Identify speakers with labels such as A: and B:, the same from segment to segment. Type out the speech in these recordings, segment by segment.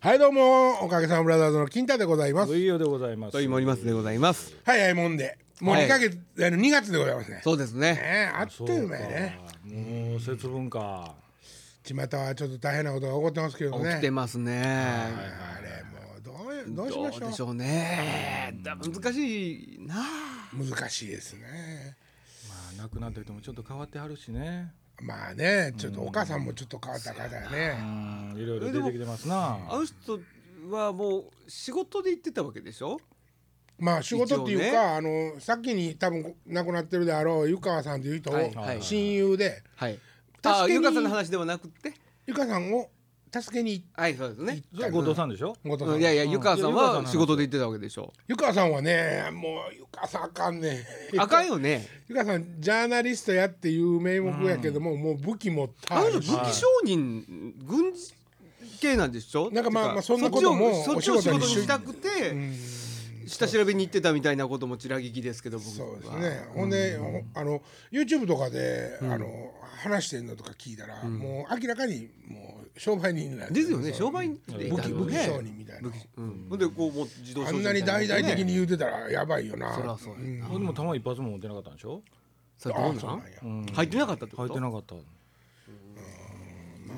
A: はいどうもおかげさまブラザーズの金太でございます
B: ブイヨでございます
C: といもりますでございます。
A: はいはいもんでもう
C: はい
A: 2ヶ月、あの2月でございますね
C: そうですね。
A: ねあっという間やね
B: そうかもう節分か
A: 巷はちょっと大変なことが起こってますけど
C: 起
A: ね
C: きてますね。
A: あれもうどうやどうし
C: ど
A: ま
C: うで
A: し
C: し
A: ょう
C: ょうね。だ難しいなあ。
A: 難しいですね
B: まあ亡くなった人もちょっと変わってはるしね
A: まあねちょっとお母さんもちょっと変わった方や
B: う
A: ね
B: んいろいろ出てきてますな
C: あの人はもう仕事で行ってたわけでしょ。
A: まあ仕事っていう
C: 一応
A: か、あの先に多分亡くなってるであろう湯川さんという人
C: はい
A: を
C: はい
A: 親友で
C: はい。
A: 確
C: あ
A: かに
C: ゆかさんの話ではなくて。
A: 湯川さんを助けに行っ
C: はいそうですね。
B: それ後藤さんでしょ
A: 後藤さ
C: うん
A: ん
C: いやいやゆかさん
B: いやゆかさんの
C: は
B: 話
C: 仕事で行ってたわけでしょ。
A: 湯川さんはねもう湯川さんあかんね
C: あかんよね。
A: 湯川さんジャーナリストやっていう名目やけども、もう武器持った
C: あの人
A: るし
C: 武器商人軍事系なんでしょ。
A: なんかまあ
C: て
A: まあそんなことも
C: そっちをそっちを仕
A: お仕事に
C: 事に
A: し
C: したくて。下調べに行ってたみたいなこともちら聞きですけど僕は
A: そうですねほんで、ほあの YouTube とかで、あの話してんのとか聞いたら、もう明らかにもう商売人なん
C: ですよね
A: そう
C: 商売でい
A: 武
C: た
A: 器
C: の
A: 武器
C: ね
A: 商人みたいな、
C: うん、ほんでこうもう自動
A: あ
C: 小
A: ん
C: 説
A: なに
C: みた
A: 大
C: い
A: 々的
C: ね
A: に言うてたらやばいよな
C: そりゃそうやな
B: でも弾一発も打てなかったんでしょ
C: それ
A: あ
C: どう
A: あ
C: なん
A: そうなんや
C: 入ってなかったってこ
B: 入っ
C: と
B: てなかった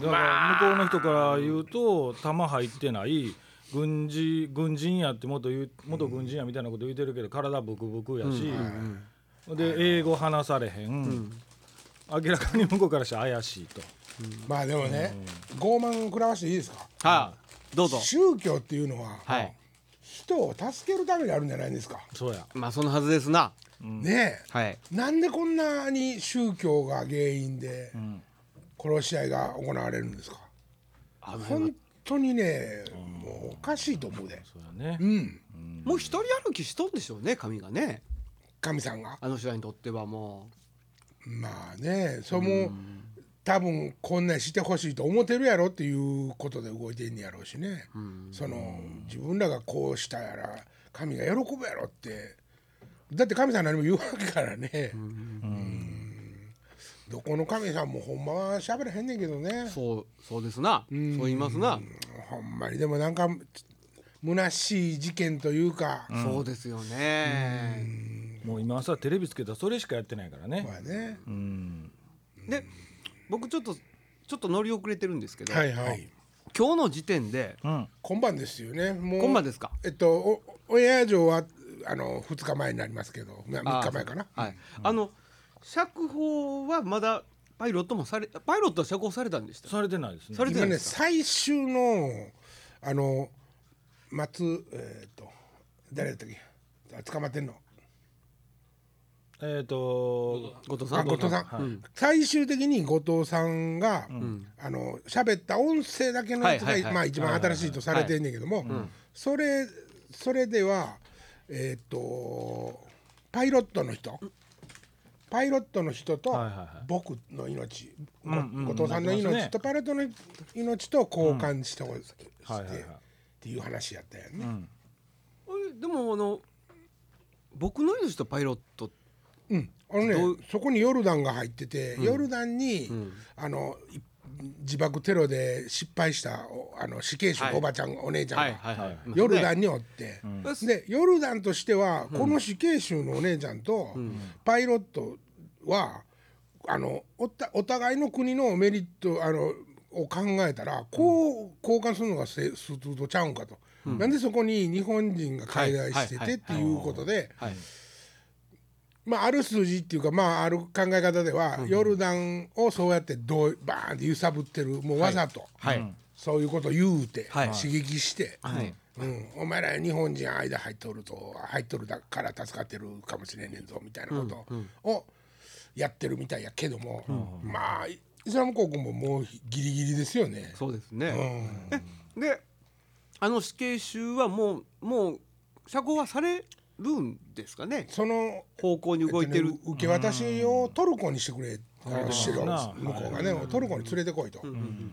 B: だから向こうの人から言うと弾入ってない軍事軍人やって元言う元軍人やみたいなこと言うてるけど体ブクブクやし、で英語話されへん、明らかに向こうからして怪しいと
A: まあでもね、傲慢を食らわしていいですか
C: はい、どうぞ
A: 宗教っていうのは、
C: はい
A: 人を助けるためにあるんじゃないですか、
B: そうや
C: まあそのはずですな
A: ねえ
C: はい
A: なんでこんなに宗教が原因で殺し合いが行われるんですか、本当にね、もうおかしいと思うで、
B: そうやね、
A: うん、
C: もう一人歩きしとんでしょうね髪がね
A: 神さんが
C: あの人らにとってはも
A: まあねそれも、多分こんなんしてほしいと思ってるやろっていうことで動いてんねやろうしね、その自分らがこうしたやら神が喜ぶやろってだって神さん何も言うわけからね、うんどこの神さんもほんまは喋らへんねんけどね
C: うそうそうですなそう言いますな
A: ほんまにでもなんか虚しい事件というか、
C: そうですよね
B: もう今朝テレビつけたらそれしかやってないからね、
A: まあね、
B: うん
C: で僕ちょっとちょっと乗り遅れてるんですけど、
A: はいはい
C: 今日の時点で
B: うん、
A: 今晩ですよねもう
C: 今晩ですか
A: えっとおオンエア上はあの2日前になりますけどまあ3日前かな
C: はい、あの釈放はまだパイロットもされパイロットは釈放されたんでした
B: されてないですね
C: されてな
A: 今
C: いで
A: ね
C: すか
A: 最終のあの松えーっと誰だったっけあ捕まってんの
B: えっ、と
C: 後藤さ
A: あ
C: ん
A: 後藤さん、最終的に後藤さんが、あの喋った音声だけのやつが、
C: はいはいはい
A: まあ、一番新しいとされてんねんけども、それそれではえーっとパイロットの人パイロットの人と
B: はいはいはい
A: 僕の命、
B: んうん
A: 後藤さんの
B: なります
A: 命
B: ね
A: とパイロットの命と交換したことして、
B: はいはいはい
A: っていう話やったよね。
C: えでもあの僕の命とパイロット
A: うん、あのね
C: どう
A: そこにヨルダンが入ってて、ヨルダンに、あのい自爆テロで失敗したおあの死刑囚の
C: はい
A: おばちゃん、お姉ちゃんが、
C: はいはい
A: ヨルダ
C: ン
A: ンにおって、
C: うん
A: でヨルダンとしては、この死刑囚のお姉ちゃんと、パイロットはあのおたお互いの国のメリットあのを考えたらこう、交換するのがせスーとちゃうんかと、なんでそこに日本人が介在して
C: はいはいは
A: て
C: い
A: っていうことで。
C: はい
A: まあ、ある数字っていうか、まあ、ある考え方では、ヨルダンをそうやってどうバーンって揺さぶってるもうわざと、
C: はい
A: そういうことを言うて、
C: はい
A: 刺激して、
C: はい
A: うん、お前ら日本人間入っとると入っとるだから助かってるかもしれんねんぞみたいなことをやってるみたいやけども、まあイスラム国ももうギリギリですよね。
C: そうです
A: う
C: ね、
A: ん
C: であの死刑囚はもうもう釈放はされるんですかね
A: その
C: 方向に動いてる、
A: 受け渡しをトルコにしてくれあのしてる
B: そうだな
A: 向こうがねトルコに連れてこいと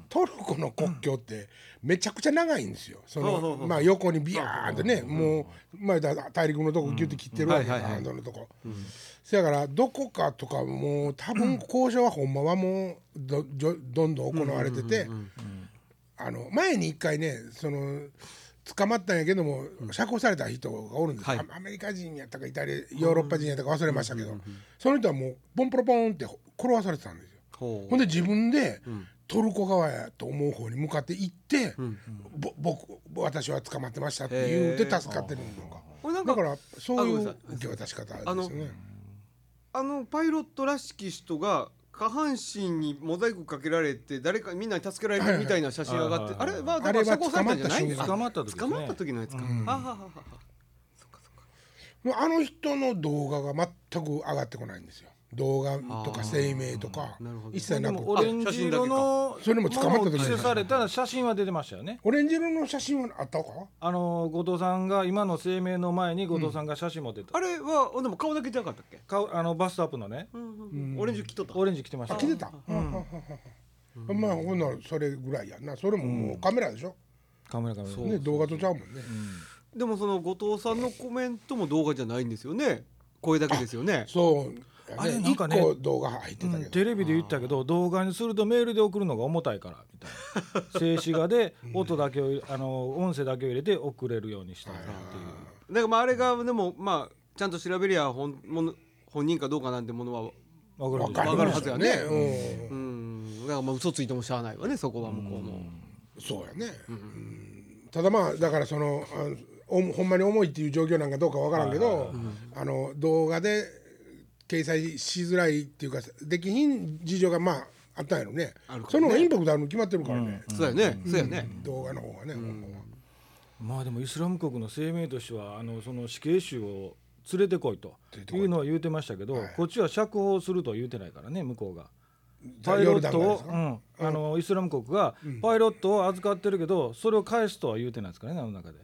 A: トルコの国境ってめちゃくちゃ長いんですよそ
C: そうそ
A: の
C: うそう
A: まあ横にビヤーンってねもう前だ大陸のとこギュッて切ってるわけ
C: はいはいは
A: ハ
C: い
A: ンドルのとこせやからどこかとかもう多分交渉はほんまはもうどどどんどん行われててあの前に一回ねその捕まったんやけども釈放された人がおるんです、
C: はい
A: アアメリカ人やったかイタリアヨーロッパ人やったか忘れましたけど、その人はもうポンポロポンって転がされてたんですよ。
C: ほ
A: ほんで自分で
C: ん
A: トルコ側やと思う方に向かって行って、ぼ僕私は捕まってましたって言うて
C: へー
A: 助かってるのか。
C: うなん
A: だ
C: か
A: からそうい
C: あごめんな
A: う
C: さい
A: 受け渡し方です
C: あ
A: よ
C: の
A: ね。
C: あのパイロットらしき人が下半身にモザイクかけられて誰かみんなに助けられてるみたいな写真上がって、
B: はいはいはい
C: あれはだから釈放されたんじゃないんです
A: あれは
B: 捕
C: か
B: まった時です
C: 捕まっ
B: ね
C: た時のやつか、あははははそっかそっか
A: あの人の動画が全く上がってこないんですよ。動画とか声明とか
C: ーなるほど
A: 一切
B: で
A: なく
B: もオレンジ色の
A: 写真だけかそれも捕まった時
B: ものを着せされたら写真は出てましたよね
A: オレンジ色の写真はあったか
B: あの後藤さんが今の声明の前に後藤さんが写真持ってた、
C: あれはでも顔だけじゃなかったっけ、
B: 顔あのバストアップのね
C: うんうんうん、オレンジ着とった
B: オレンジ着てまし
A: あ
B: た
A: 来てた、うんまあほんならそれぐらいやんなそれももうカメラでしょ、
B: カメラカメラ
A: ね、動画とちゃうもんね、
C: でもその後藤さんのコメントも動画じゃないんですよね声だけですよね
A: そうや
B: あれ
A: ね
B: なん
A: 一
B: かね
A: 個動画入ってた
B: うん
A: けど、
B: テレビで言ったけど動画にするとメールで送るのが重たいからみたいな静止画で音だけをあの音声だけを入れて送れるようにしたいなっていう
C: だからまああれがでもまあちゃんと調べりゃ本物本人かどうかなんてものは
B: 分
A: わ
B: かる
C: わ
A: かる
C: かる
A: は
C: は
A: ず
C: ず
A: や
C: や
A: ね
C: ね、
A: うん
C: うんだからまあ嘘ついてもしゃあないわねそこは向こうも
A: そうやね、うんただまあだからそのあおほんまに重いっていう状況なんかどうかわからんけど、あの動画で掲載しづらいっていうかできひん事情がまああったんやろね
C: あるからね
A: その方がインパクトあるの決まってるからね、
C: そうやねそうやね
A: 動画の方がね、ほんまは
B: まあでもイスラム国の声明としてはあのその死刑囚を連れてこいというのは言うてましたけど、こっちは釈放するとは言うてないからね向こうが。パイロ
A: ヨル
B: ット
A: ダンがで
B: を
A: す、
B: う
A: か
B: ん、あのイスラム国がパイロットを預かってるけど、それを返すとは言うてないですからねあの中で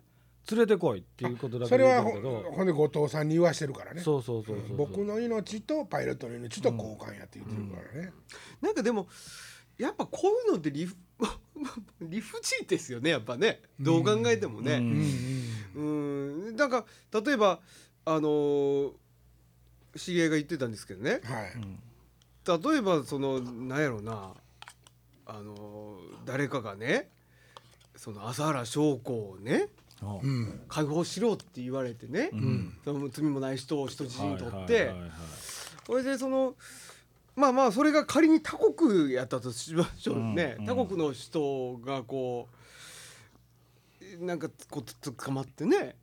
B: 連れてこいっていうことだけ
A: それ
B: 言
A: は
B: うて
A: ほ
B: るけど
A: ほんで後藤さんに言わしてるからね
B: そうそうそうそう
A: 僕の命とパイロットの命と交換やって言ってるからね、
C: なんかでもやっぱこういうのって理不 理不尽ですよねやっぱねどう考えてもねうんなんか例えばあのー知り合いが言ってたんですけどね
A: はい、
C: 例えばそのなんやろなあの誰かがねその朝原将子をね
B: うん
A: うん
C: 解放しろって言われてね、その罪もない人を人質にとって、
B: はいはいはいはい
C: それでそのまあまあそれが仮に他国やったとしましょうね、他国の人がこうなんかこうつ捕まってね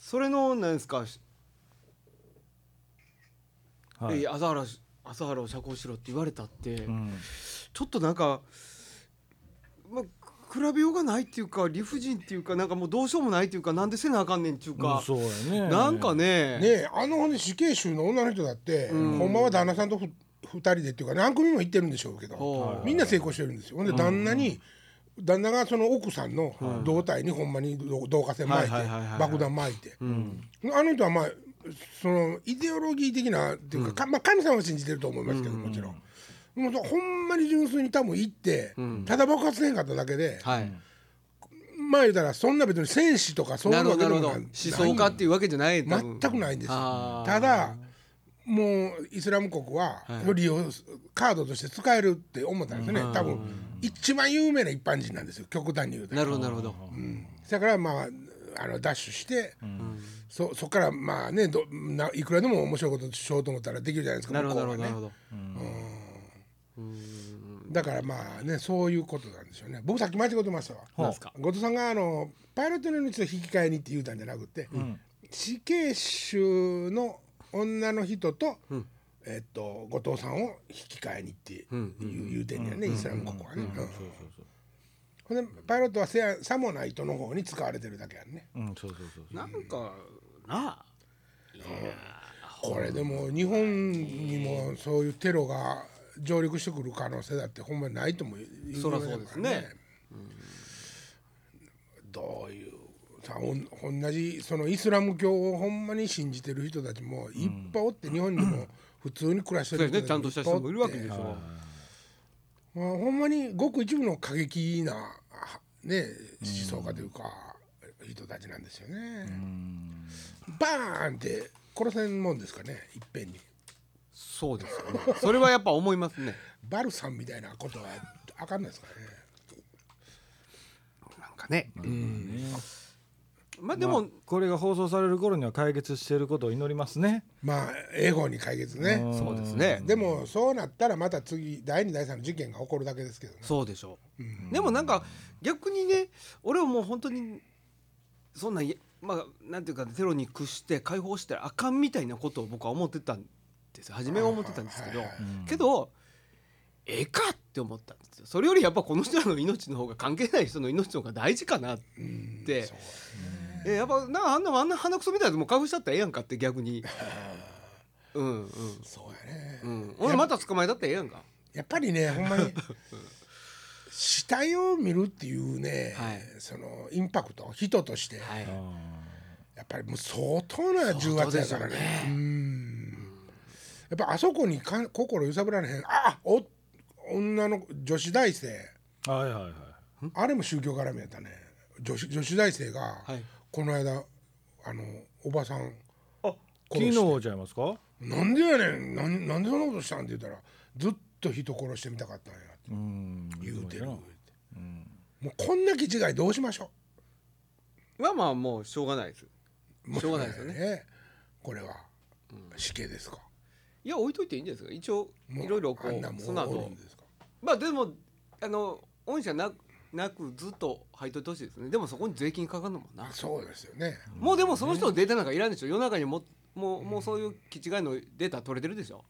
C: それのなんですか、
B: はい
C: え朝原朝原を釈放しろって言われたって。
B: うん
C: ちょっとなんか、まあ、比べようがないっていうか理不尽っていうかなんかもうどうしようもないっていうかなんでせなあかんねんっていう
B: う
C: か
B: ん、、そうやね
C: なんかね
A: ねえあのほんで死刑囚の女の人だって、ほんまは旦那さんとふ二人でっていうか何組も行ってるんでしょうけど
C: は、い
A: みんな成功してるんですよほんで旦那に、旦那がその奥さんの胴体にほんまに導導火線巻いて
C: はいはいはいはいはい
A: 爆弾巻いて、あの人はまあそのイデオロギー的なっていうか,か、まあ、神様を信じてると思いますけどもちろん、もうそうほんまに純粋に多分行って、ただ爆発せんかっただけで、
C: はい、
A: まあ言うたらそんな別に戦士とかそうい
C: な
A: う
C: る
A: わ
C: ほ
A: け
C: ど
A: で
C: なる
A: も
C: ほど
A: ない
C: 思想家っていうわけじゃない多分
A: 全くないんですよ
C: あー
A: ただもうイスラム国はそれを利用すカードとして使えるって思ったんですよね、多分一番有名な一般人なんですよ極端に言うと
C: なるほどなるほど、
A: だからまああのダッシュして、そそこからまあねどないくらでも面白いことしようと思ったらできるじゃないですか
C: なるほどな
A: 向
C: る
A: こ
C: ほ
A: う
C: ど
A: は
C: な
A: ね
C: るほど、
A: だからまあねそういうことなんですよね僕さっき間違ってましたわ
C: なんすか
A: 後藤さんがあのパイロットの命と引き換えにって言うたんじゃなくて、死刑囚の女の人と、えっと後藤さんを引き換えにっていう,、言うてんねやね、イスラム国はね。うんほんでパイロットはせやさもないとの方に使われてるだけやんね。
B: うんそうそうそうそう
C: なんかなあ
A: これでも日本にもそういうテロが上陸してくる可能性だってほんまにないとも言う
C: そらそうですね
A: どういうさおん同じそのイスラム教をほんまに信じてる人たちもいっぱいおって、日本にも普通に暮らして
C: そう
A: る
C: ですね
A: 人
C: ちゃんとした人もいるわけでし
A: ょ、
C: ょ
A: まあ、ほんまにごく一部の過激なあね思想家というか、人たちなんですよね、バーンって殺せんもんですかねいっぺんに
C: そうですよねそれはやっぱ思いますね
A: バルさんみたいなことはあかんないですかね
C: かね。
A: うん
C: まあでも、
B: まあこれが放送される頃には解決していることを祈りますね。
A: まあ英語に解決ね
B: ん
C: そうですね
A: でもそうなったらまた次第二第三の事件が起こるだけですけどね
C: そうでしょう、
A: うん
C: でもなんか逆にね俺はもう本当にそんないまあなんていうかテロに屈して解放したらあかんみたいなことを僕は思ってたんです初めは思ってたんですけど
A: はいはい
B: うん
C: けどええかって思ったんですよそれよりやっぱこの人らの命の方が関係ない人の命の方が大事かなって、
A: うん
C: で
A: そう
C: えやっぱなんかあんなあんな鼻くそみたいなのも解放しちゃったらええやんかって逆にうんうん
A: そうやね
C: うん俺また捕まえたったらええやんか
A: やっぱりねほんまに死体を見るっていうね、
C: はい
A: そのインパクト人として、
C: はい
B: あ
A: やっぱりもう相当な重圧やからねうんやっぱあそこにかん心揺さぶられへんあお女の女子大生
B: ーはいはいはい。
A: あれも宗教絡みやったね女子女子大生が、
C: はい
A: この間あのおばさん
B: あ
A: 殺し
B: 昨
A: て
B: 日ちゃいますか？
A: なんでやねんなんなんでそんなことしたんって言ったらずっと人殺してみたかったんやって
B: うん。
A: 言うてる、
B: な
A: も
B: うん。
A: うこんな気違いどうしましょ
C: はまあもうしょうがないです
A: う
C: しょうがないですよね
A: もねこれは死刑ですか
C: いや置いといていいんじゃないですか一応
A: もう
C: いろいろこ
A: あんなも
C: うんその
A: おる
C: 後
A: んですか
C: まあでもあの御社ななくずっと入っといてほしいですねでもそこに税金かかるのもんな
A: あそうですよ ね
C: もうでもその人のデータなんかいらんでしょ世の中にももうもうそういう気違いのデータ取れてるでしょ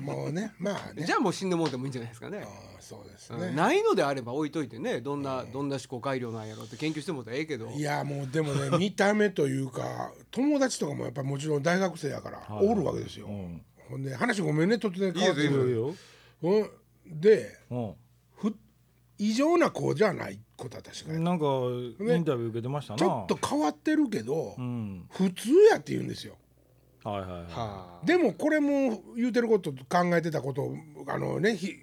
A: もうねまあね
C: じゃあもう死んでもうてもいいんじゃないですかね
A: あーそうです
C: う
A: ね
C: んないのであれば置いといてねどんなどんな思考改良なんやろうって研究してもらったらええけど
A: いやもうでもね見た目というか友達とかもやっぱもちろん大学生やから
B: はい
A: おるわけですよ、
B: うん。
A: ほんで話ごめんね突然変わって
C: いい
A: く
C: よ
B: いい
A: る
B: よ。
A: うんで
B: う
A: ふ異常な子じゃない子だ確かに
B: ん。なんかインタビュー受けてましたな。
A: ちょっと。変わってるけど、
B: うん。
A: 普通やって言うんですよ
B: はいはいはい。
C: はあ
A: でもこれも言うてることと考えてたことあのねひ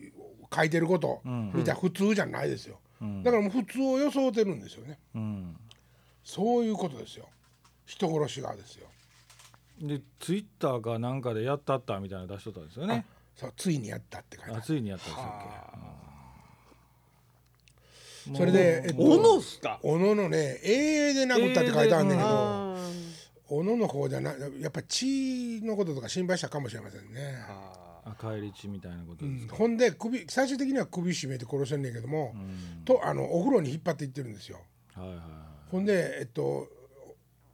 A: 書いてること
B: うん
A: 見たら普通じゃないですよ、
B: うん
A: だからもう普通を装ってるんですよね
B: うん。
A: そういうことですよ人殺しがですよ
B: でツイッターかなんかでやったったみたいなの出しとったんですよね。
A: そうついにやったって書いてあ
B: あ
A: る
B: ついにやったんですよっけ。
A: それで
B: もう
A: えっ
C: お
A: と
C: のっすか
A: おののね「ええ」で殴ったって書いてあるんだけどおのの方じゃなやっぱ血のこととか心配したかもしれませんね、
B: あ帰り血みたいなこと
A: う
B: です
A: ん、
B: か。
A: ほんで首最終的には首絞めて殺してんねんけども、とあのお風呂に引っ張っていってるんですよ
B: はいはいはい。
A: ほんでえっと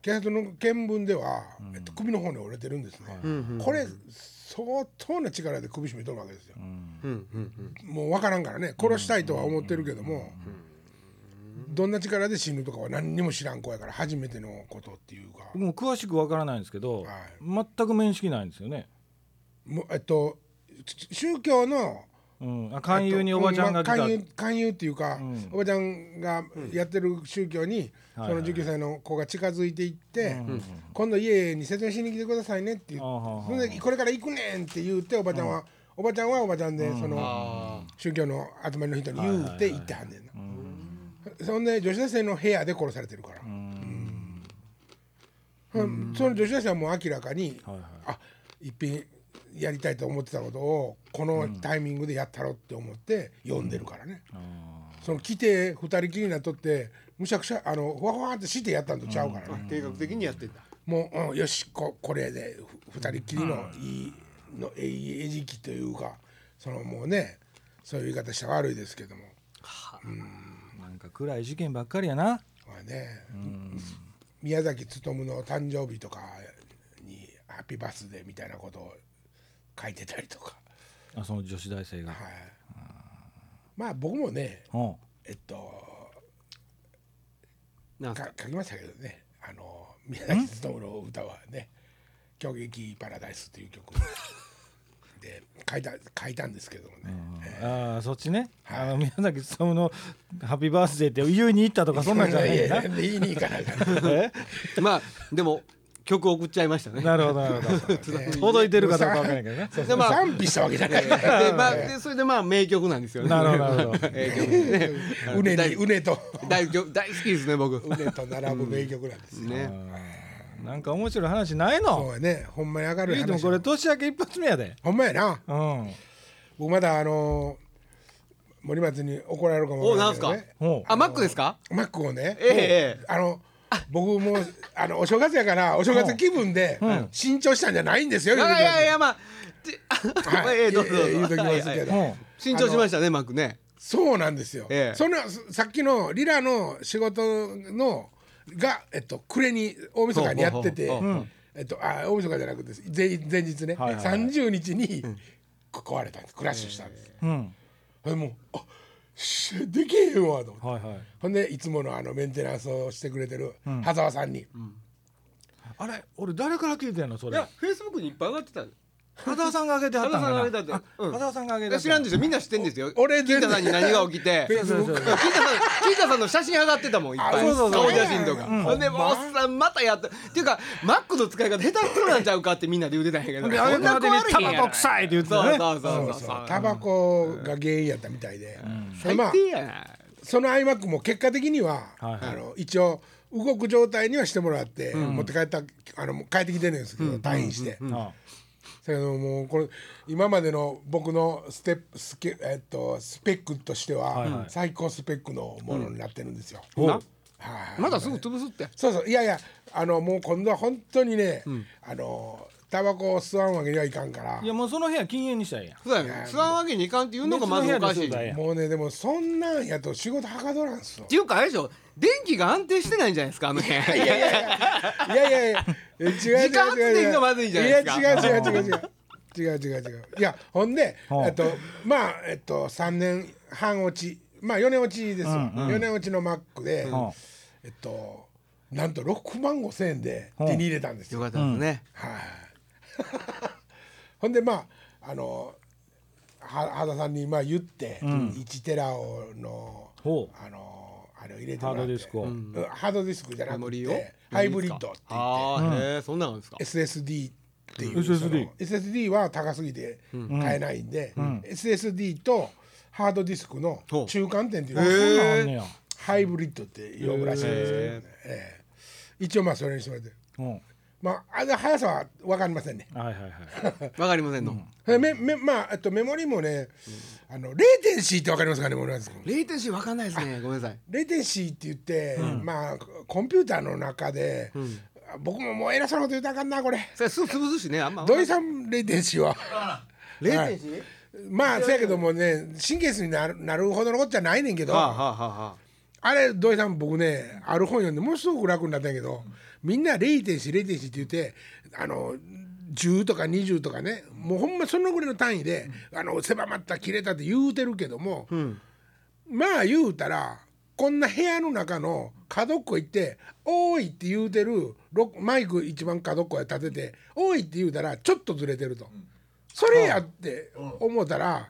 A: 警察の見聞では、えっと、首の方に折れてるんですね、これ相当な力で首絞めとるわけですよ、
C: うんうんうん
A: もう分からんからね殺したいとは思ってるけども、どんな力で死ぬとかは何にも知らん子やから初めてのことっていうか、
B: 僕も詳しくわからないんですけど、
A: い
B: 全く面識ないんですよね。
A: もうえっとち宗教の
B: うん、あ勧誘におばちゃんが来た。
A: まあ勧誘勧誘っていうか、
B: ん
A: おばちゃんがやってる宗教に、
B: はい
A: そ
B: は
A: の
B: い
A: 19歳の子が近づいていって、
B: うんうんうん
A: 今度家に説明しに来てくださいねって言って
B: あはは
A: それでこれから行くねんって言っておばちゃんは、おばちゃんはおばちゃんで、そ
C: あ
A: の宗教の集まりの人に言うて行ってはんねんな、そんで女子大生の部屋で殺されてるから、うんその女子大生はもう明らかに、
B: はいはい
A: あ一品やりたいと思ってたことをこのタイミングでやったろって思って読んでるからね、
B: あ
A: その来て二人きりになっとってむしゃくしゃあのふわふわってしてやったんとちゃうからね、
C: あ計画的にやってんだ
A: もう、うん、よしここれでふ二人っきりのいいのえい餌食というかそのもうねそういう言い方したら悪いですけども
B: ーなんか暗い事件ばっかりやな。
A: まあね宮崎勉の誕生日とかに「ハッピーバースデー」みたいなことを書いてたりとか、
B: あその女子大生が。
A: はい、まあ僕もね
B: うん。
A: えっと
C: なんすか
A: か書きましたけどねあの宮崎勉の歌はね「狂撃パラダイス」という曲で書いた書いたんですけどもね、
B: ああそっちね、あの宮崎勤の「ハッピーバースデー」って言いに行ったとかそんなんじゃな い
A: い
B: んだ
A: やいや言いに行かないから、
B: え
C: まあでも曲送っちゃいましたね。
B: なるほどな るほど届いてるかどうかわからないけどね
C: でまあ
A: 賛否したわけじゃないか
C: でまあでそれでまあ名曲なんですよね。
B: なるほどなるほど
C: 名曲ですね
A: らうねにうねと
C: 大曲大好きですね僕。
A: うねと並ぶ名曲なんですよ、
C: ね。
B: なんか面白い話ない
A: そう
B: の
A: やねほんまに上がる
B: 言うても
A: 話
B: これ年明け一発目やで
A: ほんまやな
B: うん
A: 僕まだあの森松に怒られるかも
C: お
A: わ
C: な
A: か
C: ん
A: ん
C: す
A: な
C: か
A: いけどね。
B: ほう
C: あマックですか
A: マックをね、
C: ええええ
A: あの僕もあのお正月やからお正月気分で
B: ん
A: 新調したんじゃないんですよ。
C: いやいやいやまあてあ
A: はい
C: ええどうぞどうぞ
A: 言うときますけど
C: はいはい
B: ほう
C: 新調しましたねマックね
A: そうなんですよ。
C: ええ
A: そのさっきのリラの仕事のがえっと暮れに大晦日にやってて
C: ほうほうほうほううん、
A: えっとあ大晦日じゃなくて前前日ね、
B: はいはい
A: 三十日に壊れたんです。クラッシュしたんです。
B: うん
A: ほんでもうあしできへんわと思って。
B: はいはい
A: ほんでいつものあのメンテナンスをしてくれてる羽沢さんに、
B: あれ俺誰から聞いてんのそ
C: い
B: れ
C: やフェイスブックにいっぱい上がってたん
B: 羽田さんが上げてはったんかな
C: 羽田さんが上げてはった
B: あ
C: うん
B: 羽田さんが上げては
C: で
B: った
C: 知らんでしょみんな知ってんですよ
A: 俺
C: 金
A: 全
C: 田
A: 然
C: さんに何が起きて
A: フェ
C: 金
A: イ
C: 田
A: スブック
B: そうそう
C: さん金田さんの写真上がってたもんいっぱ
A: あ
C: い
A: そうそうそう
C: 顔写真とか、
A: うん
C: ほんでもうおっさんまたやったっていうかマックの使い方下手くそなんちゃうかってみんなで言うてたんやけど
B: ほんで上げた後にタバコ
C: い
B: 臭いって言って
C: そう
B: たね
C: そうそう
A: そう
C: そ
A: そう
C: う
A: タバコが原因やったみたいで、でまあ
C: 最低やな
A: その iMac も結果的には、
B: はいはい
A: あの一応動く状態にはしてもらって、持って帰ったあの帰ってきてるんですけど、退院して、だ
B: あ
A: けどもうこれ今までの僕のステップスケ、えっと、スペックとしては、
B: はいはい
A: 最高スペックのものになってるんですよ。
B: ほう
C: な
A: はい
C: まだすぐ潰すって
A: そうそういやいやあのもう今度は本当にね、あのタバコを吸わんわけにはいかんから
B: いやもうその部屋禁煙にしたらいいやん
C: そうだよね吸わんわけにいかんっていうのがまずおかしい
B: 別の部屋で吸うたらええやん
A: もうねでもそんなんやと仕事はかどらんすよ
C: っ。ていうかあれでしょ電気が安定してないんじゃないですかあの辺
A: いやいやいやいやいやいやえ違う違う違う
C: 時間発電がまずいんじゃないですか
A: いや違う違う違う違う。違う違う違ういやほんで
B: ほう
A: えっとまあえっと三年半落ちまあ四年落ちですよ、四年落ちのマックで、
B: ほ
A: えっとなんと六万五千円で手に入れたんです
C: よ
A: よ
C: かったですね、
A: はい、ほんでまああのは羽田さんにまあ言って、1テラをの
B: ほ
A: あのあれを入れて
B: ハ
A: も
B: ー
A: ら
B: ド
A: っ
B: ディ
A: て
B: スコ
A: うんハードディスクじゃな
C: メモ
A: く
C: リーを
A: てハイブリッドって言っ
C: ああへえそんなんなんですか
A: て SSD っていう、
B: うん
A: その
B: SSD
A: SSD は高すぎて買えないんで、SSD とハードディスクの
C: ほう
A: 中間点っていうの
B: う
A: が
B: そんなんあんねや
A: ハイブリッドって呼ぶらしいんですけどね、ええ一応まあそれにしてもらって
B: うん
A: まああの速さは分かりませんね
B: はいはいはい
C: わかりませんの、
A: えめめまあえっとメモリもね、あのレーテンシーってわかりますかね、森松君。
C: レイテンシーわかんないですねごめんなさい
A: レーテンシーって言って、まあコンピューターの中で、あ僕ももう偉そうなこと言うたらあかんなこれ。
C: それすぐ潰すしねあんま
A: 土井さんレーテンシーは。
C: レイ
A: は
C: テン
A: い
C: シー、
A: まあせやけどもね神経質になるなるほどのことじゃないねんけど
C: はあ、はあはあはあ
A: あれ土井さん僕ねある本読んでものすごく楽になったんやけど、みんなレーテンシーレーテンシーって言ってあの10とか20とかねもうほんまそのぐらいの単位で、あの狭まった切れたって言うてるけども、まあ言うたらこんな部屋の中の角っこ行って「おーい」って言うてるろマイク一番角っこへ立てて「おーい」って言うたらちょっとずれてると。それやって思ったら、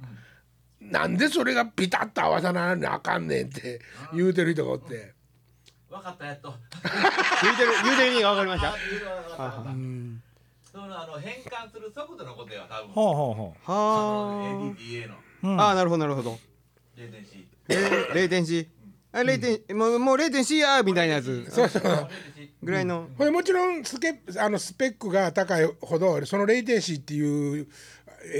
A: なんでそれがピタッと合わさなあかんねんって言うてる人がおって。
D: 分かったやっと
C: 言うてる言うてる意味がわかりました
D: あ
C: は
D: 言うの分かった分かったそのあの変換する速度のことや多分
B: ほうほうほ
C: あ
D: その ADDA の
C: ああなるほどなるほど
D: 0.C
C: レイレイテンシーあレイテン、もうもうレイテンシーやみたいなやつ
A: そうそう
D: 0.C
C: ぐらいの、
A: これもちろんスケあのスペックが高いほどそのレイテンシーっていう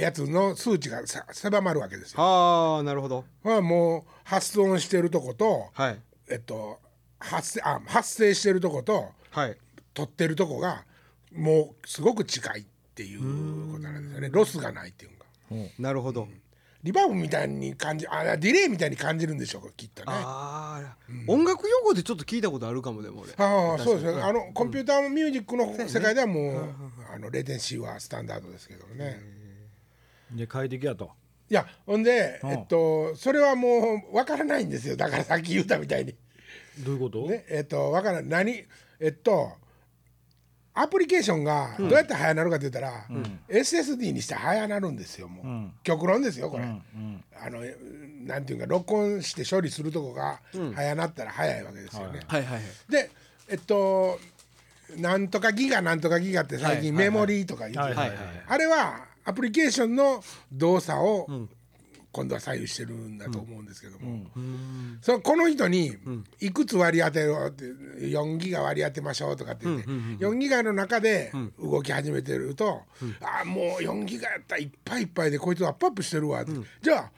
A: やつの数値がさ狭まるわけですよ。
C: はあなるほど
A: まあ、もう発音してるとこと、
C: はい
A: えっと、発生あ発生してるとこと
C: はい
A: 取ってるとこがもうすごく近いっていうことなんですよねロスがないっていうか
C: なるほど、
A: リバーブみたいに感じあディレイみたいに感じるんでしょうかきっとね。
C: ああ、音楽用語でちょっと聞いたことあるかもでも俺
A: ああそうですねあのコンピューターミュージックの世界ではもう、あのレテンシーはスタンダードですけどね。
B: うで快適やと
A: いやほんで、
B: うん
A: えっと、それはもう分からないんですよだからさっき言ったみたいに。
B: どういうこと
A: ねえっと分からない何えっとアプリケーションがどうやって早なるかって言ったら、SSD にして早なるんですよもう、
B: ん
A: 極論ですよこれ、
B: うんうん
A: あのえなんていうか録音して処理するとこが早なったら早いわけですよね。
C: はいはいはい
A: でえっとなんとかギガなんとかギガって最近
C: はい
A: メモリーとか言う
B: はい
A: て
B: はい
C: はい
B: はい
A: あれはアプリケーションの動作を今度は左右してるんだと思うんですけども、そのこの人にいくつ割り当てようって4ギガ割り当てましょうとかって言って4ギガの中で動き始めてると「ああもう4ギガやったらいっぱいいっぱいでこいつアップアップしてるわ」って、じゃあ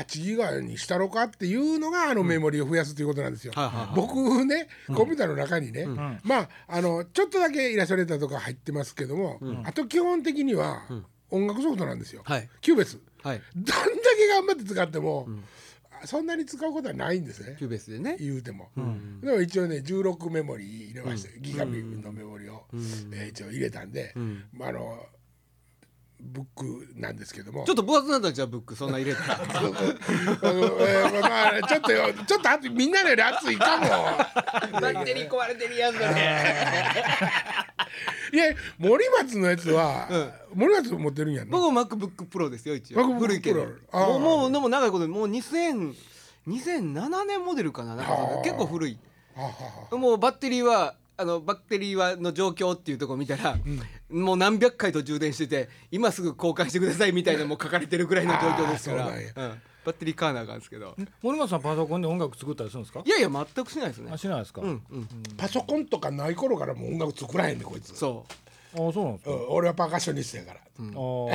A: 8ギガにしたろかっていうのがあのメモリを増やすということなんですよ。
C: はいはいはい
A: 僕ねコンピューターの中にね、まああのちょっとだけイラストレーターとか入ってますけども、あと基本的には音楽ソフトなんですよ。
C: はい
A: キューベス。
C: はい
A: どんだけ頑張って使っても、あそんなに使うことはないんですね
C: キューベースでね
A: 言うても、でも一応ね16メモリー入れましたよ、ギガビのメモリを、えー一応入れたんで、まあ、あのブックなんですけども
C: ちょっと分厚なんだじゃあブックそんな入れたら
A: あのえーまあちょっとよちょっとあとみんなのより熱いかも
D: バッテリー壊れてるやんだね。
A: いや森松のやつは、森松持ってるんやんな
C: 僕も MacBookPro ですよ一応
A: MacBook
C: 古いけど
A: Pro あー
C: もうもうでも長いこともう2000 2007年モデルかななんかそんな
A: あー
C: 結構古い
A: あはは
C: もうバッテリーはあのバッテリーはの状況っていうところ見たら、もう何百回と充電してて今すぐ交換してくださいみたいなのも書かれてるぐらいの状況ですから
A: あーそうなんや
C: うんバッテリー買わなあかんですけど
B: 森松さんパソコンで音楽作ったりするんですか
C: いやいや全くしないですね
B: あしないですか、
C: うんうん
A: パソコンとかない頃からもう音楽作らへんねこいつ、
C: そ
B: あそうなんです
A: う
B: か、
A: ん、俺はパーカッショニストやから、
B: ああもうミ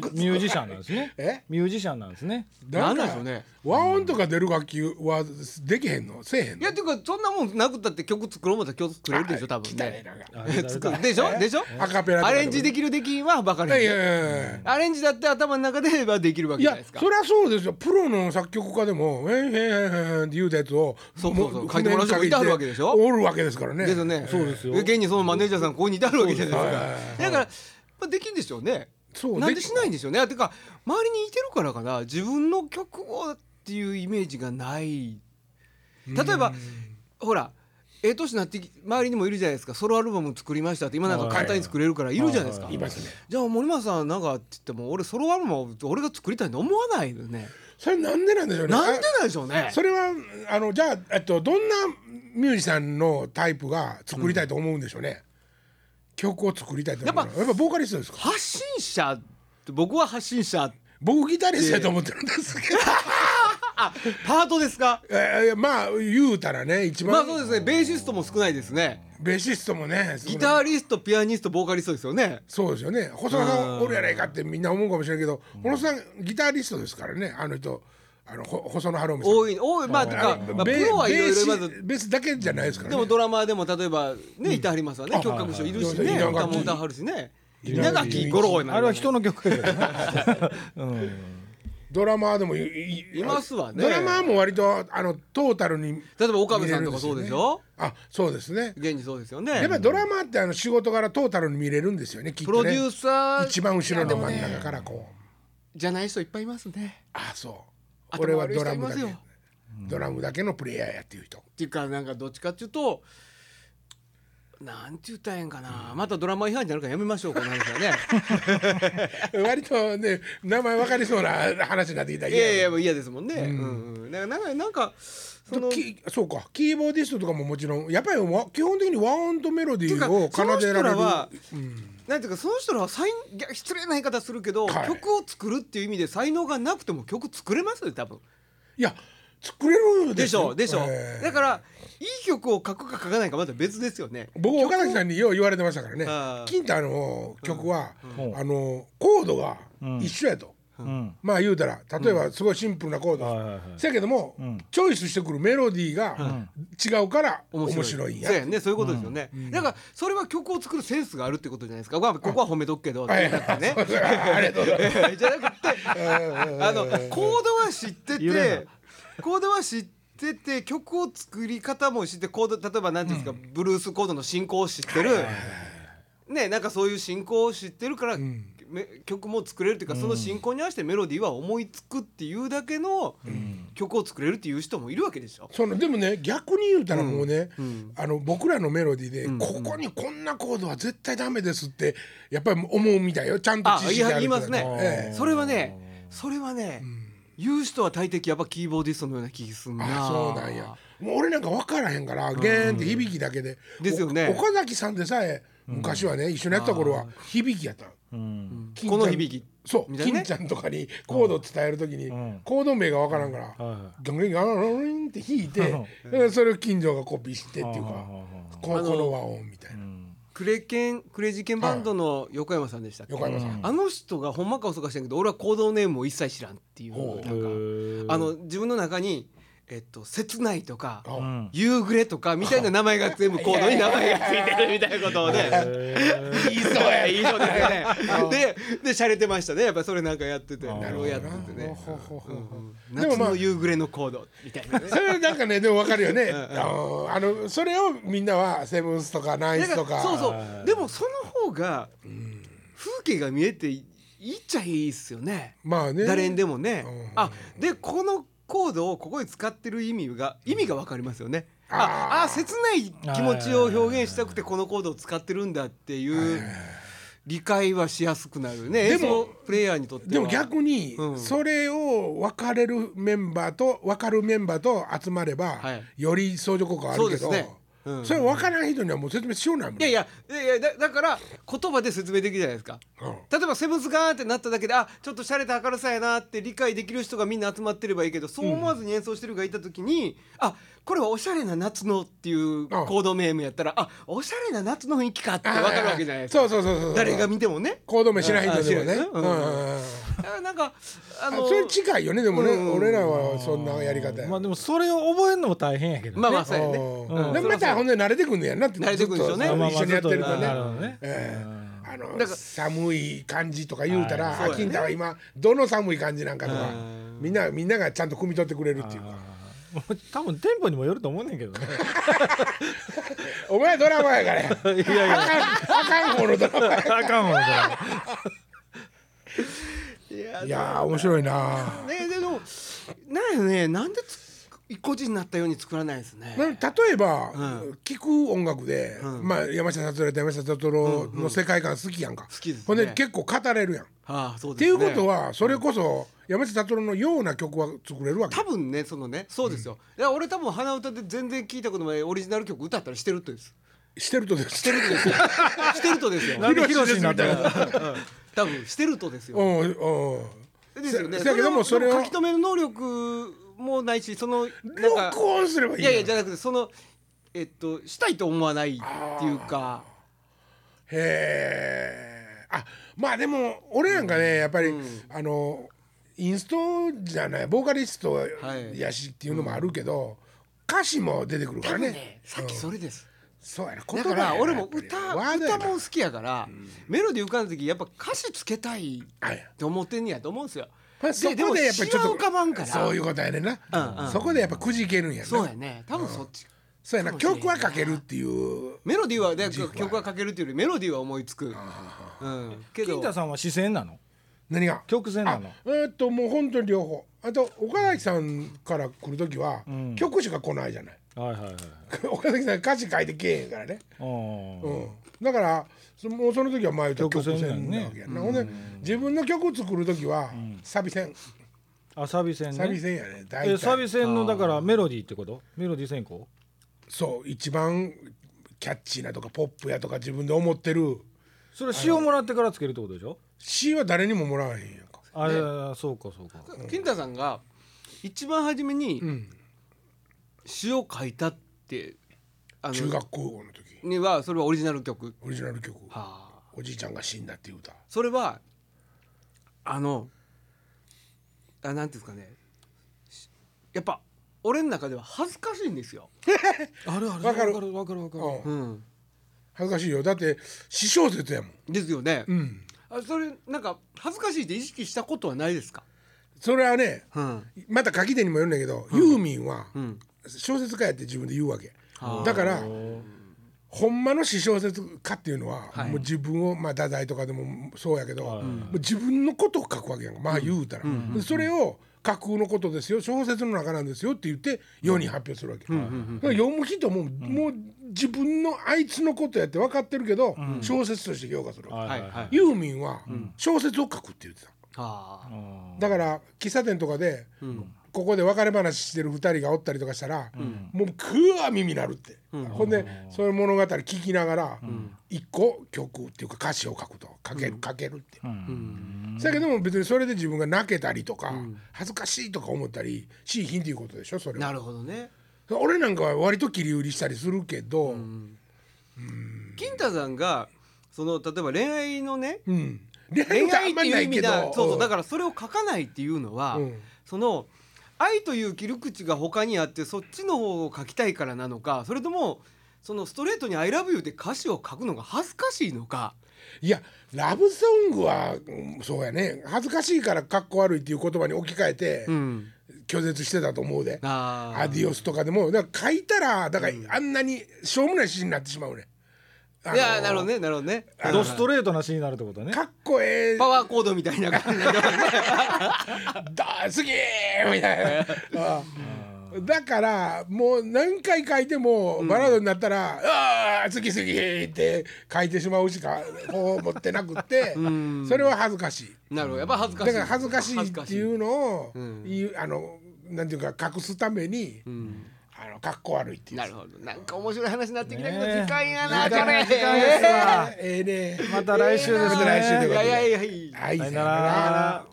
B: ーミュージシャンなんですね
A: え
B: ミュージシャンなんですね
A: か
C: なんなんでしょうね
A: 和音とか出る楽器はできへんのせえへん
C: う
A: の
C: いやっていうかそんなもんなくったって曲作ろうもったら曲作れるでしょ多分
A: 汚い
C: ね
A: ななんか
B: あ
C: 作るでしょでしょ
A: アカペラとかも
C: アレンジできるできんは分か
A: い
C: る
A: やいやいや
C: アレンジだって頭の中ではできるわけ
A: い
C: じゃ
A: や
C: ないですか
A: そりゃそうですよプロの作曲家でも「へんへんへんへん」って言うたやつを
C: そうそうそう
A: も
C: 書いてもらう人もいてはるわけでしょ
A: おるわけですからね
C: ですよね。
B: そうですよ
C: 現にそのマネージャーさんここにいてあるわけじゃないですか。
A: そう
C: だから、まあ、できんでしょうね。
A: そう
C: なんで
A: でき
C: しないんでしょうね。てか周りにいてるからかな自分の曲をっていうイメージがない。例えばほら。ええ年になってき周りにもいるじゃないですかソロアルバム作りましたって今なんか簡単に作れるからいるじゃないですか、
B: はい
A: いますね
C: じゃあ森松さんなんかって言っても俺ソロアルバム俺が作りたいと思わないよね
A: それなんでなんでしょうね
C: なんでなんでしょうね
A: あそれはあのじゃあえっとどんなミュージシャンのタイプが作りたいと思うんでしょうね、曲を作りたいと思うの
C: やっ
A: やっぱボーカリストですか
C: 発信者って僕は発信者
A: 僕ギタリストやと思ってるんですけど、
C: あパートですか
A: えーまあ言うたらね一番、
C: まあそうですねベーシストも少ないですね
A: ベーシストもね
C: ギタリストピアニストボーカリストですよね
A: そうですよね細田さんおるやないかってみんな思うかもしれないけど細田さんギタリストですからねあの人あのほ細野晴臣さん
C: 多い多いまあてか、まあ、プ
A: ベ
C: ロはいろいろいま
A: ベー
C: ず
A: スベースだけじゃないですから
C: で
A: ね
C: もドラマーでも例えばねいてはりますわね曲書く人いるしね
A: はいはい
C: 歌も歌はるしね稲垣吾郎
B: あれは人
C: の
B: の曲やけ どね、うん
A: ドラマーでもいい
C: いますわね
A: ドラマーも割とあのトータルに
C: 例えば岡部さんとかそうでしょ
A: あそうですね
C: 現にそうですよね
A: やっぱドラマーってあの仕事柄トータルに見れるんですよねきっ
C: プ
A: と
C: ロ
A: ね
C: デューサ
A: 一
C: ー
A: 番後ろの真ん中からこう
C: じゃない人いっぱいいますね
A: あそう
C: 頭
A: 俺は
C: 悪い
A: ド
C: 人
A: ラ
C: い
A: ム
C: ま
A: だ
C: すよ
A: けドラムだけのプレイヤーやっていう人
C: っていうかなんかどっちかっていうとなんて言ったらええんかなまたドラマ違反になるからやめましょうこの話は ね
A: 割とね名前分かりそうな話になってきた
C: いやいやもう嫌ですもんねうんうんだからなんかなんかその
A: とキーそうかキーボーディストとかももちろんやっぱりわ基本的に和音とメロデ
C: て
A: ィ
C: いうか
A: ーを
C: その
A: 奏で
C: 人
A: られ
C: ら
A: る
C: は、なんていうかその人らは才いや失礼な言い方するけど、
A: はい
C: 曲を作るっていう意味で才能がなくても曲作れますよ多分
A: いや作れる
C: でしょでしょ、
A: えー
C: だからいい曲を書くか書かないかまた別ですよね
A: 僕岡崎さんによう言われてましたからね
C: あー
A: 金太の曲は、
B: うん
A: あのコードが一緒やと、
B: うん
A: まあ言うたら例えばすごいシンプルなコード、
B: はいはいはい
A: せやけども、
B: ん
A: チョイスしてくるメロディーが違うから面白いんや、
C: そうやねそういうことですよね、だからそれは曲を作るセンスがあるってことじゃないですかまあここは褒めとくけど
A: はい
C: じゃなくて ね
A: ありがとうございます
C: じゃなくてあのコードは知って
B: 揺れ
C: てコードは知ってて曲を作り方も知ってコード例えば何ていうんですか、ブルースコードの進行を知ってる。ね、なんかそういう進行を知ってるから、め曲も作れるっていうか、その進行に合わせてメロディーは思いつくっていうだけの曲を作れるっていう人もいるわけでしょ。
A: そのでもね逆に言うたらもうね、
C: ん
A: あの僕らのメロディーで、ここにこんなコードは絶対ダメですってやっぱり思うみたいよちゃんと
C: あ
A: 知識
C: いや
A: ある
C: 言い
A: 人
C: ますね、
A: ええ
C: それはねそれはね、言う人は大抵やっぱキーボーディストのような気がすんな
A: あそうなんやもう俺なんか分からへんからゲーンって響きだけで、
C: ですよね
A: お岡崎さんでさえ昔はね、一緒にやった頃は響きやったの
B: うん
A: 金ちゃ
C: こ
A: ん
C: の響き
A: そう、
C: みたいな
A: 金
C: ね
A: ちゃんとかにコード伝えるときに、
B: ん
A: コード名が分からんから、
B: はいは
A: ガンガンガンガンガンって弾いて、それを金城がコピーしてっていうか、
B: はあはあは
A: ここの和音みたいな。
B: うん
C: クレケンクレイジーケンバンドの横山さんでしたっけ、
A: 横山さん、
C: あの人がほんまか嘘か知らんけど俺はコードネームを一切知らんっていう
A: ほう
C: なんかあの自分の中に「えっと、切ない」とか
A: あ
B: うん
C: 「夕暮れ」とかみたいな名前が全部コードに名前がついてるみたいなこ とをね言いそうや言いそうですよねでで洒落てましたねやっぱそれなんかやってて
B: あー
C: なるほどやっててね
A: ほうほうほうほうでも
C: 夏
A: まあ
C: の夕暮れのコードみたいなね
A: それなんかねでもわかるよねあのあのそれをみんなはセブンスとかナイス
C: だ
A: と
C: か
A: から
C: そうそ
B: は
C: う
B: い
C: でもその方が風景が見えていいっちゃいいっすよね
A: まあね
C: 誰にでも
A: うん
C: ねあでこのコードをここで使ってる意味が意味がわかりますよねああ切ない気持ちを表現したくてこのコードを使ってるんだっていう理解はしやすくなるね
A: で
C: 映
A: も
C: 像プレイヤーにとっては
A: でも逆に
C: うん
A: それを分かれるメンバーと分かるメンバーと集まれば
C: はい
A: より相乗効果はあ
C: そ
A: る
C: う
A: け
C: です
A: ど
C: ねうん
A: それ分からん人にはもう説明しようないもん
C: いやいやいやいやだだから言葉で説明できるじゃないですか
A: うん
C: 例えばセブンスガーンってなっただけであちょっと洒落た明るさやなって理解できる人がみんな集まってればいいけどそう思わずに演奏してる人がいた時に、あこれはおしゃれな夏のっていう
A: あ
C: コードネームやったらあおしゃれな夏の雰囲気かって分かるわけじゃないですか
A: そうそうそうそう
C: 誰が見てもね
A: 行動名しない人でもね
C: あ知らん
A: うんうんうん
C: だからなんかあ
A: あ
C: の
A: それ近いよねでもね
C: うん
A: 俺らはそんなやり方や
B: まあでもそれを覚えるのも大変やけどね
C: まあまあそうやね
A: う
C: うん
A: んでもまたほんで慣れてくんのやんなって
C: 慣れてくんでしょうね
A: ずっと一緒にやってる
B: ま
A: と
B: あまあずっとなるほど
A: ね
B: ね
A: ええあの
C: だから
A: 寒い感じとか言うた
B: はい
A: ら
C: そうやね
A: 秋田は今どの寒い感じなんかとか
C: うん
A: みんなみんながちゃんと汲み取ってくれるっていうか
B: もう多分テンポにもよると思うねんけ どね
A: お前ドラマやからや
B: いやいや
A: あかん方のドラマや
B: あかんわそ
C: いや
A: いやー面白いな
C: ねでもなんやねなんでつ個人になったように作らないですね
A: な例えば
C: うん
A: 聞く音楽でまあ山下達郎と山下達郎の世界観好きやんか
C: 好きですね
A: ほんで結構語れるやんっ
C: ああそうで
A: て
C: す
A: い
C: ね
A: うことはそれこそ山下達郎のような曲は作れるわけ
C: 多分ねそのねそうですよ、いや俺多分鼻歌で全然聞いたことないオリジナル曲歌ったりしてるってです
A: してるとです
C: してるとですよしてるとですよ
B: れなんでヒロシになったの
C: 多分してるとですよ
A: うんうん
C: ですよね
A: せせやけども
C: それを
A: それを
C: 書き留める能力もないしそのなんか
A: 録音すればいい
C: い
A: や
C: や
A: ん
C: いやじゃなくてそのえっとしたいと思わないっていうか
A: へえあまあでも俺なんかねやっぱり、あのインストじゃないボーカリスト
C: い
A: やしっていうのもあるけど、歌詞も出てくるか
C: 多
A: らね
C: 分ねさっきそれです、
A: そうやな
C: だから俺も歌歌も好
A: き
C: きやから、メロディー浮かんだ時やっぱ歌詞つけたいと思ってんねやと思うんですよ。ででも詩は浮かばんから
A: そういうことやねんな、
C: うんうん
A: そこでやっぱくじけるんやな
C: そうやね多分そっち、
A: そうやな曲は書けるっていう
C: メロディーはで曲はかけるっていうよりメロディーは思いつく、うん、け
B: れ金
C: ど
B: 田さんは視線なの
A: 何が
B: 曲線なの
A: あえーっともう本当に両方あと岡崎さんから来る時は、
B: ん
A: 曲しか来ないじゃ ない
B: はいはいはい
A: 岡崎さん歌詞書いてけえへんからね、
B: うん
A: うんだからそもうその時は前言った
B: 曲
A: 曲
B: 線やん
A: 線
B: ね
A: なわけやな、ほんで自分の曲作る時は、サビ線
B: あサビ線
A: サビ
B: ね
A: 線やね大
B: え
A: 体
B: サビ線のだからメロディーってことメロディー先行
A: そう一番キャッチーなとかポップやとか自分で思ってる
B: それ詞をもらってからつけるってことでしょ
A: C は誰にももらわへんやんか
B: あれそうかそうか
C: 金太さんが一番初めに
A: ん
C: 詩を書いたってあ
A: 中
C: の
A: 学校の時
C: にはそれはオリジナル曲。
A: オリジナル曲
C: はあ
A: おじいちゃんが死んだっていう歌
C: それはあのあなんていうんですかねしやっぱ俺の中では恥ずかしいんですよ。
B: あるある
A: わかる
B: わかるわかるわかる
A: うん
C: うん、
A: 恥ずかしいよだって私小説やもん
C: ですよね。
A: うん
C: あそれなんか恥ずかしいって意識したことはないですか、
A: それはね
C: うん、
A: また書き手にもよるんだけど、ユーミンは
C: ん
A: 小説家やって自分で言うわけ、
C: あー
A: だからほんまの詩小説家っていうのは、
C: はい
A: もう自分をまあ太宰とかでもそうやけど、
B: はい
A: もう自分のことを書くわけやんかまあ言うたら、でそれを架空のことですよ小説の中なんですよって言って世に発表するわけ、だから読む人も、もう自分のあいつのことやって分かってるけど、小説として評価するわけ、
B: はいはい
C: はいはい
A: ユーミンは小説を書くって言ってた。
C: あー
A: だから喫茶店とかで、ここで別れ話してる2人がおったりとかしたら、もうクワ耳鳴るって、ほんでそういう物語聞きながら、一個曲っていうか歌詞を書くと書ける、書けるって。だけども別にそれで自分が泣けたりとか、恥ずかしいとか思ったりしいひんっていうことでしょそれは
C: なるほどね。
A: 俺なんかは割と切り売りしたりするけど、うん
C: 金太さんがその例えば恋愛のね
A: うん、恋
C: 恋
A: 歌あん
C: 愛って
A: ま
C: いう
A: な
C: 意
A: い
C: 味
A: けど
C: だそうそうだ
A: か
C: からそれを書かないっていうのは、
A: うん
C: その愛という切り口が他にあってそっちの方を書きたいからなのかそれともそのストレートに「ILOVEYOU」って歌詞を書くのが恥ずかしいのか
A: いやラブソングは、うんそうやね恥ずかしいからかっこ悪いっていう言葉に置き換えて、
C: うん
A: 拒絶してたと思うで
C: あー
A: アディオスとかでもだから書いたらだからあんなにしょうもない詩になってしまうねあの
C: いやなるほどねなるほどね
B: ドストレートなシーンになるってことね
A: かっこええ
C: パワーコードみたいな感じで
A: だ好きみたいな あだからもう何回書いてもバラードになったら「ああ好き好き」って書いてしまうしかこう持ってなくって
C: ん
A: それは恥ずかしい
C: なるほどやっぱ恥ずかし
A: だ
C: い
A: から恥ずかしいっていうのを
C: ん
A: 言うあのなんていうか隠すために
C: ん
A: あのかっこ悪いっていう
C: なるほどなんか面白い話になってきたけど
B: ねえ
C: 時間やな
A: あ
C: こ
A: こ
C: れ
A: れ時 間ですわええね
B: また来週ですね
A: また来週でございます
C: いやいやいやいや
A: はい
B: さよ
A: さよ
B: な
A: なら
B: ら